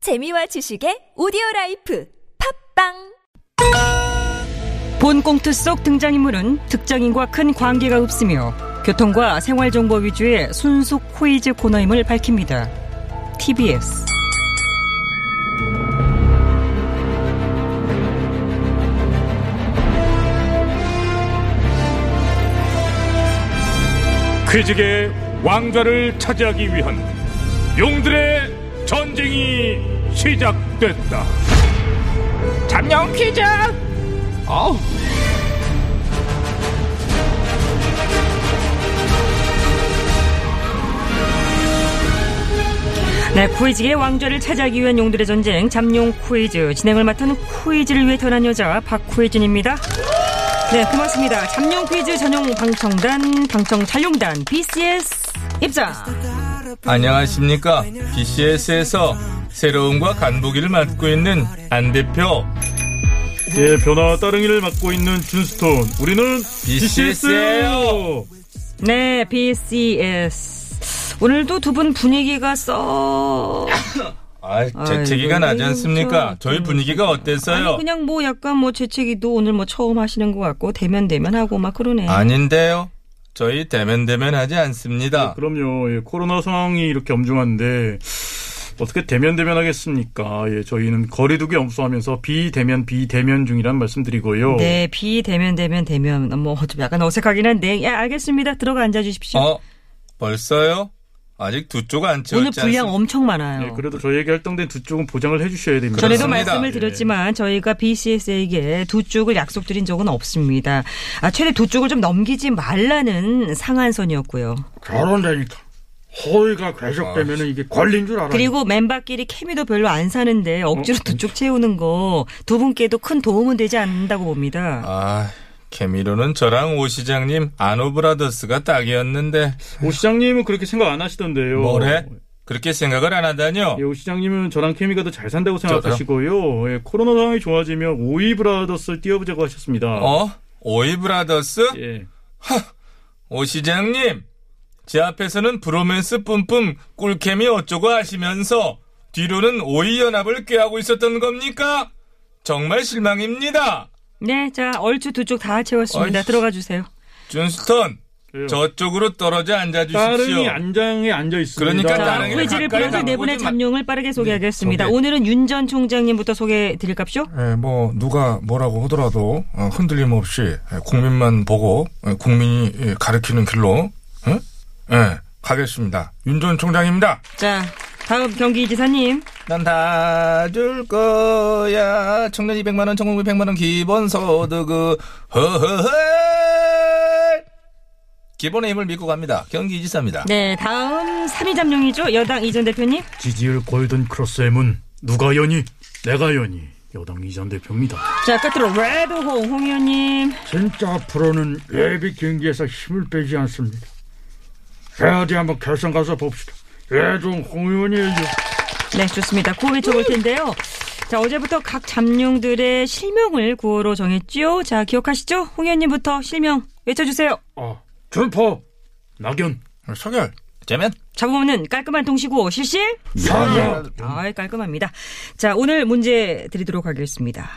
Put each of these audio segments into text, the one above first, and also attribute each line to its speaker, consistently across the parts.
Speaker 1: 재미와 지식의 오디오 라이프 팝빵
Speaker 2: 본 꽁트 속 등장인물은 특정인과 큰 관계가 없으며 교통과 생활정보 위주의 순수 코이즈 코너임을 밝힙니다. TBS
Speaker 3: 퀴즈계의 왕좌를 차지하기 위한 용들의 전쟁이 시작됐다. 잠룡 퀴즈! 어우.
Speaker 2: 네, 코이즈의 왕좌를 차지하기 위한 용들의 전쟁 잠룡 코이즈 진행을 맡은 코이즈를 위해 태어난 여자 박코이즈입니다. 네, 고맙습니다. 잠룡 퀴즈 전용 방청단, 방청촬영단, BCS 입장.
Speaker 4: 안녕하십니까. BCS에서 새로움과 간보기를 맡고 있는 안 대표
Speaker 3: 예, 변화와 따릉이를 맡고 있는 준스톤. 우리는
Speaker 4: BCS예요.
Speaker 2: 네, BCS. 오늘도 두 분 분위기가 썩
Speaker 4: 아, 재채기가
Speaker 2: 아이고,
Speaker 4: 나지 않습니까?
Speaker 2: 좀-
Speaker 4: 저희 분위기가
Speaker 2: 아니
Speaker 4: 어땠어요?
Speaker 2: 그냥 뭐 약간 뭐 재채기도 오늘 뭐 처음 하시는 것 같고 대면 대면 하고 막 그러네.
Speaker 4: 아닌데요. 저희 대면대면 하지
Speaker 2: 아,
Speaker 4: 않습니다.
Speaker 3: 그럼요. 예, 코로나 상황이 이렇게 엄중한데 어떻게 대면 대면 하겠습니까? 예, 저희는 거리두기 엄수하면서 비대면 비대면 중이란
Speaker 4: 뭐.
Speaker 3: 말씀드리고요.
Speaker 2: 네 비대면 대면 대면 뭐 좀 약간 어색하긴 한데 예 알겠습니다 들어가 앉아 주십시오.
Speaker 4: 어? 벌써요? 아직 두 쪽 안
Speaker 2: 오늘
Speaker 4: 채웠지
Speaker 2: 분량
Speaker 4: 않습니까?
Speaker 2: 엄청 많아요.
Speaker 3: 예, 그래도 저희에게 활동된 두 쪽은 보장을 해주셔야 됩니다.
Speaker 2: 전에도
Speaker 4: 그렇습니다.
Speaker 2: 말씀을
Speaker 4: 예.
Speaker 2: 드렸지만 저희가 BCS에게 두 쪽을 약속드린 적은 없습니다. 아, 최대 두 쪽을 좀 넘기지 말라는 상한선이었고요.
Speaker 4: 그러니까.
Speaker 5: 저런다니까. 허위가 계속되면 은 이게 걸린 줄 알아.
Speaker 2: 그리고 멤버끼리 케미도 별로 안 사는데
Speaker 4: 어?
Speaker 2: 억지로 두 쪽 채우는 거 두 분께도 큰 도움은 되지 않는다고 봅니다.
Speaker 4: 아, 케미로는 저랑 오 시장님 아노브라더스가 딱이었는데
Speaker 3: 오 시장님은 그렇게 생각 안 하시던데요.
Speaker 4: 뭐래? 그렇게 생각을 안 하다뇨?
Speaker 3: 예, 오 시장님은 저랑 케미가 더 잘 산다고
Speaker 4: 저도요?
Speaker 3: 생각하시고요. 예, 코로나 상황이 좋아지면 오이 브라더스를 띄워보자고 하셨습니다.
Speaker 4: 어? 오이브라더스?
Speaker 3: 예.
Speaker 4: 오 시장님, 제 앞에서는 브로맨스 뿜뿜 꿀캠이 어쩌고 하시면서 뒤로는 오이 연합을 꾀하고 있었던 겁니까? 정말 실망입니다.
Speaker 2: 네, 자 얼추 두 쪽 다 채웠습니다.
Speaker 4: 어이씨.
Speaker 2: 들어가 주세요.
Speaker 4: 준스턴,
Speaker 3: 예.
Speaker 4: 저쪽으로 떨어져 앉아 주십시오.
Speaker 3: 따릉이 안장에 앉아 있습니다.
Speaker 4: 그러니까
Speaker 2: 자,
Speaker 4: 따릉이
Speaker 2: 후회지를
Speaker 4: 가까이
Speaker 2: 풀어서 네
Speaker 4: 나오지
Speaker 2: 분의
Speaker 4: 마-
Speaker 2: 잠룡을 빠르게 소개하겠습니다.
Speaker 4: 소개.
Speaker 2: 오늘은 윤 전 총장님부터 소개해 드릴까요?
Speaker 6: 예, 뭐 누가 뭐라고 하더라도 어, 흔들림 없이 예, 국민만 보고 예, 국민이 예, 가르치는 길로 응? 예, 가겠습니다. 윤 전 총장입니다.
Speaker 2: 자, 다음 경기지사님.
Speaker 4: 난 다 줄 거야. 청년 200만 원, 청년 100만 원 기본 소득을 허허허. 기본의 힘을 믿고 갑니다. 경기지사입니다.
Speaker 2: 네, 다음 3위 잠룡이죠. 여당 이전 대표님.
Speaker 3: 지지율 골든 크로스의 문 누가 연이? 내가 연이. 여당 이전 대표입니다.
Speaker 2: 자, 끝으로 레드홍 홍 의원님.
Speaker 5: 진짜 앞으로는 예비 경기에서 힘을 빼지 않습니다. 어디 한번 결선 가서 봅시다. 예종 홍 의원이에요.
Speaker 2: 네, 좋습니다. 고개 쪽일 텐데요. 자, 어제부터 각 잠룡들의 실명을 구호로 정했지요. 자, 기억하시죠? 홍 의원님부터 실명 외쳐주세요.
Speaker 5: 아, 준포,
Speaker 3: 낙연.
Speaker 6: 네. 서결,
Speaker 4: 재면
Speaker 2: 잡음없는 깔끔한 동시구호 실실.
Speaker 5: 사연,
Speaker 4: 네.
Speaker 2: 아, 깔끔합니다. 자, 오늘 문제 드리도록 하겠습니다.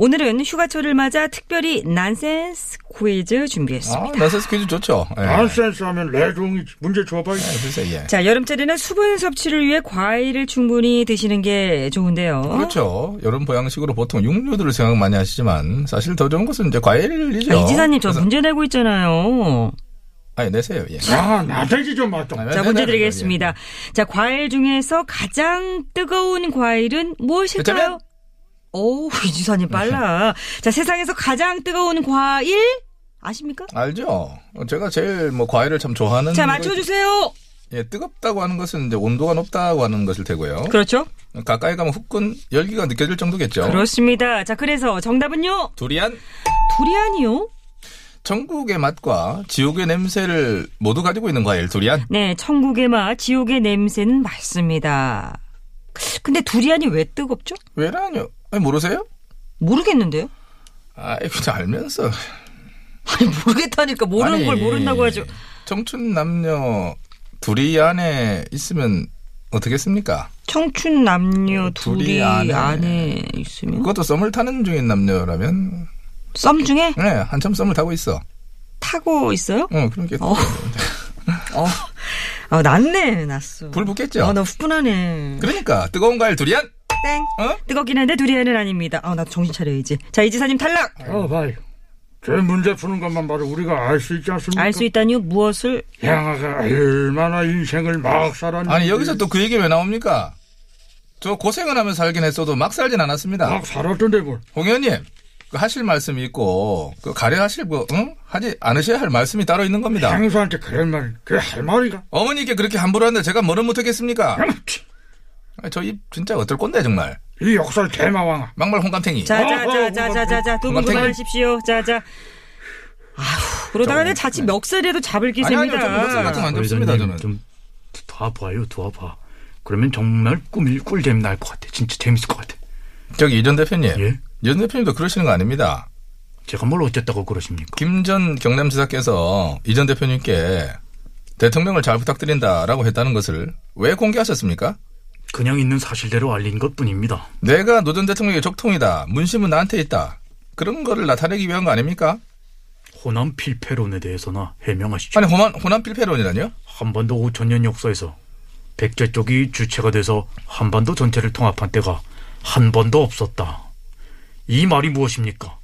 Speaker 2: 오늘은 휴가철을 맞아 특별히 난센스 퀴즈 준비했습니다.
Speaker 4: 아, 나세스 퀴즈 좋죠. 예.
Speaker 6: 아,
Speaker 5: 난센스 하면 레종이지. 문제 줘봐요.
Speaker 4: 글쎄, 예.
Speaker 2: 자, 여름철에는 수분 섭취를 위해 과일을 충분히 드시는 게 좋은데요.
Speaker 4: 그렇죠. 여름 보양식으로 보통 육류들을 생각 많이 하시지만 사실 더 좋은 것은 이제 과일이죠.
Speaker 2: 아, 이지사님, 저
Speaker 4: 그래서-
Speaker 2: 문제 내고 있잖아요.
Speaker 4: 아니 내세요. 예.
Speaker 5: 아, 나대기 좀 맞다.
Speaker 4: 아,
Speaker 2: 자,
Speaker 4: 내놔요,
Speaker 2: 문제
Speaker 4: 내놔요,
Speaker 2: 드리겠습니다.
Speaker 4: 네.
Speaker 2: 자, 과일 중에서 가장 뜨거운 과일은 무엇일까요?
Speaker 4: 그렇다면?
Speaker 2: 오, 이지사님 빨라. 자, 세상에서 가장 뜨거운 과일 아십니까?
Speaker 4: 예. 알죠. 제가 제일 뭐 과일을 참 좋아하는.
Speaker 2: 자,
Speaker 4: 거-
Speaker 2: 맞춰주세요.
Speaker 4: 예, 뜨겁다고 하는 것은 이제 온도가 높다고 하는 것일 테고요.
Speaker 2: 그렇죠?
Speaker 4: 가까이 가면 후끈 열기가 느껴질 정도겠죠.
Speaker 2: 그렇습니다. 자, 그래서 정답은요?
Speaker 4: 두리안
Speaker 2: 두리안이요?
Speaker 4: 천국의 맛과 지옥의 냄새를 모두 가지고 있는 과일 두리안.
Speaker 2: 네, 천국의 맛, 지옥의 냄새는 맞습니다. 근데 두리안이 왜 뜨겁죠?
Speaker 4: 왜라뇨? 아니, 모르세요?
Speaker 2: 모르겠는데요?
Speaker 4: 아이 그냥 알면서
Speaker 2: 아니, 모르겠다니까. 모르는
Speaker 4: 아니,
Speaker 2: 걸 모른다고 하죠.
Speaker 4: 청춘 남녀 둘이 안에 있으면 어떻겠습니까?
Speaker 2: 청춘 남녀 둘이,
Speaker 4: 어, 둘이 안에.
Speaker 2: 안에, 있으면
Speaker 4: 그것도 썸을 타는 중인 남녀라면
Speaker 2: 썸 중에
Speaker 4: 네, 한참 썸을 타고 있어.
Speaker 2: 타고 있어요?
Speaker 4: 어, 그런 게
Speaker 2: 어. 어. 아, 났네, 났어.
Speaker 4: 불 붙겠죠?
Speaker 2: 아, 나 후끈하네.
Speaker 4: 그러니까 뜨거운 과일 두리안.
Speaker 2: 땡.
Speaker 4: 어?
Speaker 2: 뜨겁긴 한데 두리안은 아닙니다. 아, 나 정신 차려야지. 자, 이지사님 탈락!
Speaker 5: 어, 봐요. 제 문제 푸는 것만 봐도 우리가 알 수 있지 않습니까?
Speaker 2: 알 수 있다니요? 무엇을?
Speaker 5: 양아가 얼마나 인생을 막 살았는지.
Speaker 4: 아니 여기서 또 그 얘기 왜 나옵니까? 저 고생을 하면서 살긴 했어도 막 살진 않았습니다.
Speaker 5: 막 살았던데 뭘.
Speaker 4: 홍 의원님 그 하실 말씀이 있고 그 가려하실 거 응? 하지 않으셔야 할 말씀이 따로 있는 겁니다.
Speaker 5: 장수한테 그런 말을 그게 할 말이가?
Speaker 4: 어머니께 그렇게 함부로 하는데 제가 뭐를 못하겠습니까?
Speaker 5: 아무튼
Speaker 4: 저 입 진짜 어떨 건데 정말
Speaker 5: 이 역설 대마왕아.
Speaker 4: 막말 홍감탱이.
Speaker 2: 자,
Speaker 5: 어,
Speaker 2: 자,
Speaker 5: 어,
Speaker 2: 자, 자,
Speaker 5: 어,
Speaker 2: 자, 자, 자, 두분
Speaker 4: 뭐 땡겨.
Speaker 2: 그만하십시오. 자, 자. 아휴, 그러다가 내 자칫 멱살이라도 잡을
Speaker 4: 아니 아니요
Speaker 2: 기세입니다.
Speaker 4: 저는 목소리 같은 거안 좋습니다 저는.
Speaker 3: 좀더 봐요, 더 봐. 그러면 정말 꿀 꿀잼 날 것 같아. 진짜 재밌을 것 같아.
Speaker 4: 저기 이전 대표님.
Speaker 3: 예?
Speaker 4: 이전 대표님도 그러시는 거 아닙니다.
Speaker 3: 제가 뭘 어쨌다고 그러십니까?
Speaker 4: 김 전 경남지사께서 이 전 대표님께 대통령을 잘 부탁드린다라고 했다는 것을 왜 공개하셨습니까?
Speaker 3: 그냥 있는 사실대로 알린 것뿐입니다.
Speaker 4: 내가 노 전 대통령의 적통이다. 문심은 나한테 있다. 그런 거를 나타내기 위한 거 아닙니까?
Speaker 3: 호남 필패론에 대해서나 해명하시죠.
Speaker 4: 아니 호남 호남 필패론이라뇨?
Speaker 3: 한반도 5천년 역사에서 백제 쪽이 주체가 돼서 한반도 전체를 통합한 때가 한 번도 없었다. 이 말이 무엇입니까?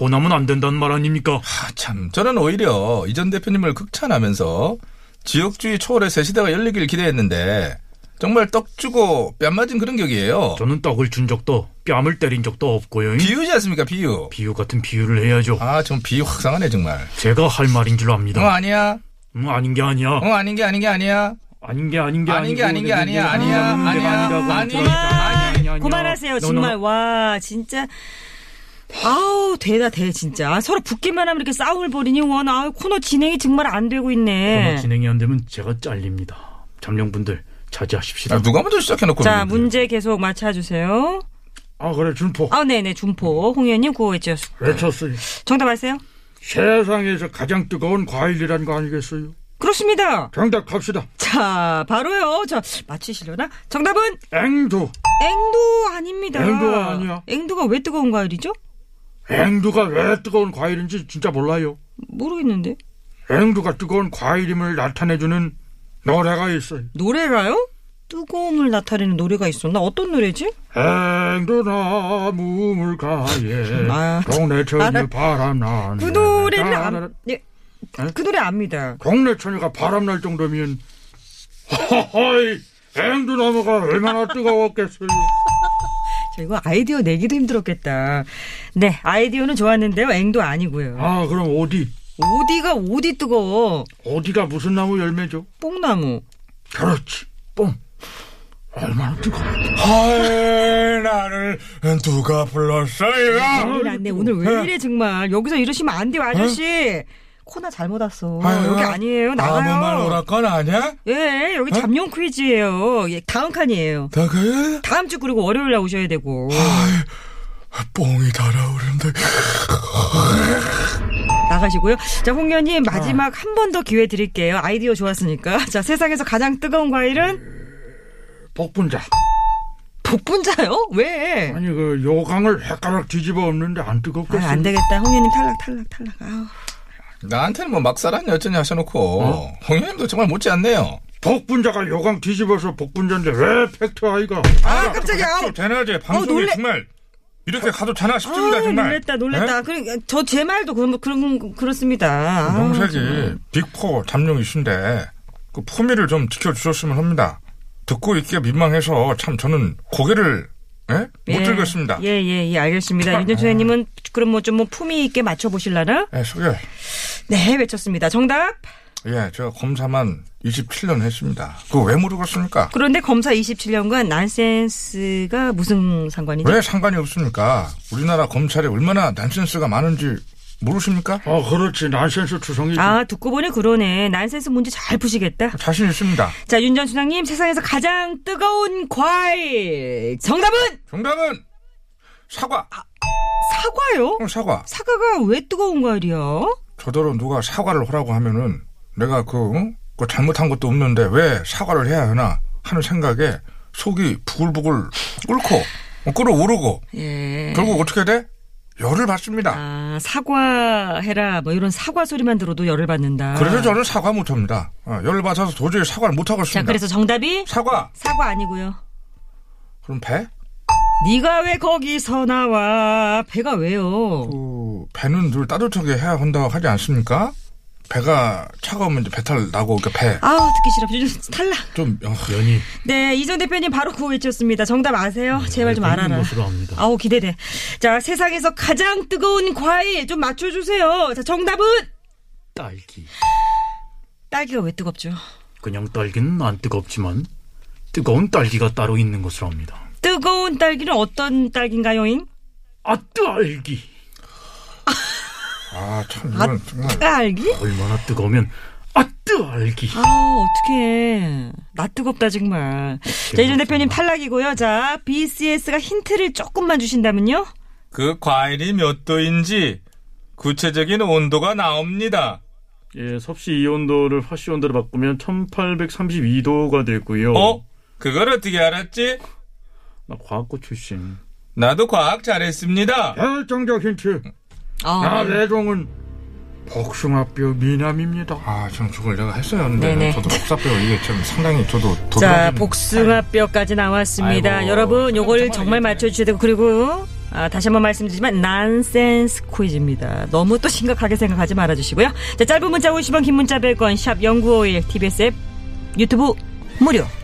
Speaker 3: 호남은 안 된다는 말 아닙니까?
Speaker 4: 아참 저는 오히려 이 전 대표님을 극찬하면서 지역주의 초월의 새 시대가 열리길 기대했는데 정말 떡 주고 뺨 맞은 그런 격이에요.
Speaker 3: 저는 떡을 준 적도 뺨을 때린 적도 없고요.
Speaker 4: 비유지 않습니까 비유?
Speaker 3: 비유 같은 비유를 해야죠.
Speaker 4: 아 좀 비유 확상하네 정말.
Speaker 3: 제가 할 말인 줄
Speaker 4: 어
Speaker 3: 압니다.
Speaker 4: 아니야.
Speaker 3: 음, 아닌 게 아니야.
Speaker 4: 어 아닌 게 아닌 게 아니야.
Speaker 3: 아닌 게 아닌 게
Speaker 4: 아닌 게 아닌 게 아니야.
Speaker 3: 아니고,
Speaker 4: 아니야.
Speaker 3: 아닌 게
Speaker 4: 아니야.
Speaker 3: 아니라고
Speaker 4: 아니.
Speaker 3: 하니까 아니야, 아니야, 아니야.
Speaker 2: 그만하세요,
Speaker 3: No, no,
Speaker 2: 정말.
Speaker 3: no.
Speaker 2: 와, 진짜. 아우, 대다, 대, 진짜. 아, 서로 붙기만 하면 이렇게 싸움을 벌이니, 원. 아 코너 진행이 정말 안 되고 있네.
Speaker 3: 코너 진행이 안 되면 제가 잘립니다. 잠룡분들 자제하십시오.
Speaker 4: 아, 누가 먼저 시작해놓고
Speaker 2: 자,
Speaker 4: 그러는데.
Speaker 2: 문제 계속 맞춰주세요.
Speaker 5: 아, 그래, 준포.
Speaker 2: 아, 네네, 준포. 홍 의원님, 구호 외쳐
Speaker 5: 외쳤어요.
Speaker 2: 정답 아세요?
Speaker 5: 세상에서 가장 뜨거운 과일이란 거 아니겠어요?
Speaker 2: 그렇습니다.
Speaker 5: 정답 갑시다.
Speaker 2: 자, 바로요. 자, 맞히시려나? 정답은
Speaker 5: 앵두.
Speaker 2: 앵두 아닙니다.
Speaker 5: 앵두가 아니야.
Speaker 2: 앵두가 왜 뜨거운 과일이죠?
Speaker 5: 앵두가 왜 뜨거운 과일인지 진짜 몰라요.
Speaker 2: 모르겠는데.
Speaker 5: 앵두가 뜨거운 과일임을 나타내주는 노래가 있어요.
Speaker 2: 노래가요? 뜨거움을 나타내는 노래가 있었나? 어떤 노래지?
Speaker 5: 앵두나무 물가에
Speaker 2: 아,
Speaker 5: 동네 처녀
Speaker 2: 알아.
Speaker 5: 바람 아, 나는
Speaker 2: 그 노래를
Speaker 5: 따라라.
Speaker 2: 안, 예, 그 노래 압니다.
Speaker 5: 동네 처녀가 바람 날 정도면 허허이 앵두나무가 얼마나 뜨거웠겠어요.
Speaker 2: 저 이거 아이디어 내기도 힘들었겠다. 네, 아이디어는 좋았는데요. 앵두 아니고요.
Speaker 5: 아 그럼 어디
Speaker 2: 어디가 어디 뜨거워?
Speaker 5: 어디가 무슨 나무 열매죠?
Speaker 2: 뽕나무.
Speaker 5: 그렇지 뽕 얼마나 뜨거워.
Speaker 6: 헐 나를 누가
Speaker 4: 아,
Speaker 6: 불렀어요?
Speaker 2: 난리 났네. 오늘 왜 이래 정말. 여기서 이러시면 안 돼요, 아저씨. 코나 잘못 왔어. 여기 아니에요. 나가요.
Speaker 6: 아무 말 오락관 아니야?
Speaker 2: 예, 여기 잠룡 퀴즈예요. 예, 다음 칸이에요.
Speaker 6: 다가야
Speaker 2: 다음 주 그리고 월요일 날 오셔야 되고.
Speaker 6: 뽕이 달아오른다.
Speaker 2: 나가시고요. 자, 홍연님 마지막 한 번 더 기회 드릴게요. 아이디어 좋았으니까. 자, 세상에서 가장 뜨거운 과일은
Speaker 5: 복분자
Speaker 2: 복분자요? 왜?
Speaker 5: 아니 그 요강을 헷가락 뒤집어 엎는데 안
Speaker 2: 아,
Speaker 5: 뜨겁겠어요?
Speaker 2: 안 되겠다. 홍연님 탈락, 탈락, 탈락. 아우.
Speaker 4: 나한테는 뭐 막사라니 어쩌냐 하셔놓고 홍 의원님도 정말 못지않네요.
Speaker 5: 복분자가 요강 뒤집어서 복분자인데 왜 팩트 아이가?
Speaker 2: 아, 깜짝이야. 아우.
Speaker 6: 되나 이제 방송이
Speaker 2: 어, 놀래.
Speaker 6: 정말 이렇게 가도 되나 싶습니다
Speaker 2: 아우,
Speaker 6: 정말.
Speaker 2: 놀랬다,
Speaker 6: 네?
Speaker 2: 놀랬다. 그래, 저제 말도 그런, 그런, 그렇습니다. 아우,
Speaker 6: 명색이 빅포 잠룡 이슈인데 그 품위를 좀 지켜주셨으면 합니다. 듣고 있기가 민망해서 참 저는 고개를 예? 못
Speaker 2: 예.
Speaker 6: 들겠습니다.
Speaker 2: 예, 예, 예, 알겠습니다. 윤정수 회원님은 그럼 뭐 좀 뭐 품위 있게 맞춰보실라나?
Speaker 6: 예, 소개.
Speaker 2: 네, 외쳤습니다. 정답.
Speaker 6: 예, 제가 검사만 27년 했습니다. 그거 왜 모르겠습니까?
Speaker 2: 그런데 검사 27년간 난센스가 무슨 상관이죠?
Speaker 6: 왜 상관이 없습니까? 우리나라 검찰에 얼마나 난센스가 많은지 모르십니까?
Speaker 5: 아 그렇지 난센스 투성이지.
Speaker 4: 음.
Speaker 2: 아, 듣고 보니 그러네. 난센스 문제 잘 푸시겠다.
Speaker 6: 자신 있습니다.
Speaker 2: 자, 윤 전 수장님, 세상에서 가장 뜨거운 과일. 정답은
Speaker 6: 정답은 사과.
Speaker 2: 사과요?
Speaker 6: 어, 사과.
Speaker 2: 사과가 왜 뜨거운 과일이야?
Speaker 6: 저더러 누가 사과를 하라고 하면은 내가 그, 어? 그 잘못한 것도 없는데 왜 사과를 해야 하나 하는 생각에
Speaker 4: 속이 부글부글 끓고 어, 끓어오르고
Speaker 2: 예.
Speaker 4: 결국 어떻게 돼? 열을 받습니다.
Speaker 2: 아, 사과해라. 뭐 이런 사과 소리만 들어도 열을 받는다.
Speaker 4: 그래서 저는 사과 못합니다. 어, 열을 받아서 도저히 사과를 못하겠습니다.
Speaker 2: 자, 그래서 정답이
Speaker 4: 사과
Speaker 2: 사과 아니고요.
Speaker 4: 그럼 배?
Speaker 2: 네가 왜 거기서 나와? 배가 왜요?
Speaker 4: 그 배는 늘 따뜻하게 해야 한다고 하지 않습니까? 배가 차가우면 이제 배탈 나고 그러니까 배.
Speaker 2: 아우 듣기 싫어. 요즘 탈락.
Speaker 4: 좀 어,
Speaker 3: 연이
Speaker 2: 네, 이전 대표님 바로 구호 외쳤습니다. 정답 아세요? 제발 좀
Speaker 3: 는
Speaker 2: 알아라.
Speaker 3: 것으로 압니다.
Speaker 2: 아우 기대돼. 자, 세상에서 가장 뜨거운 과일 좀 맞춰주세요. 자, 정답은
Speaker 3: 딸기.
Speaker 2: 딸기가 왜 뜨겁죠?
Speaker 3: 그냥 딸기는 안 뜨겁지만 뜨거운 딸기가 따로 있는 것으로 압니다.
Speaker 2: 뜨거운 딸기는 어떤 딸기인가요잉?
Speaker 3: 아 딸기.
Speaker 4: 아참 이건 정말
Speaker 2: 딸기?
Speaker 3: 얼마나 뜨거우면 아 딸기.
Speaker 2: 아 어떡해. 나 뜨겁다 정말. 자, 이전 대표님 탈락이고요. 자, BCS가 힌트를 조금만 주신다면요?
Speaker 6: 그 과일이 몇 도인지 구체적인 온도가 나옵니다.
Speaker 7: 예, 섭씨 이온도를 화씨 온도로 바꾸면 1832도가 되고요.
Speaker 6: 어? 그걸 어떻게 알았지?
Speaker 7: 나 과학고 출신.
Speaker 6: 나도 과학 잘했습니다.
Speaker 5: 결정적 힌트.
Speaker 2: 아,
Speaker 5: 나 레종은 복숭아뼈 미남입니다.
Speaker 4: 아참 저걸 내가 했어야 하는데
Speaker 2: 네네.
Speaker 4: 저도 복사뼈 이게 참 상당히 저도 도
Speaker 2: 자
Speaker 4: 자
Speaker 2: 복숭아뼈까지 나왔습니다.
Speaker 6: 아이고,
Speaker 2: 여러분 요걸
Speaker 6: 정말
Speaker 2: 정말 맞춰주셔야 되고 그리고 아, 다시 한번 말씀드리지만 난센스 퀴즈입니다. 너무 또 심각하게 생각하지 말아주시고요. 자 짧은 문자 50원 긴 문자 100원 샵 0951 TBS 앱 유튜브 무료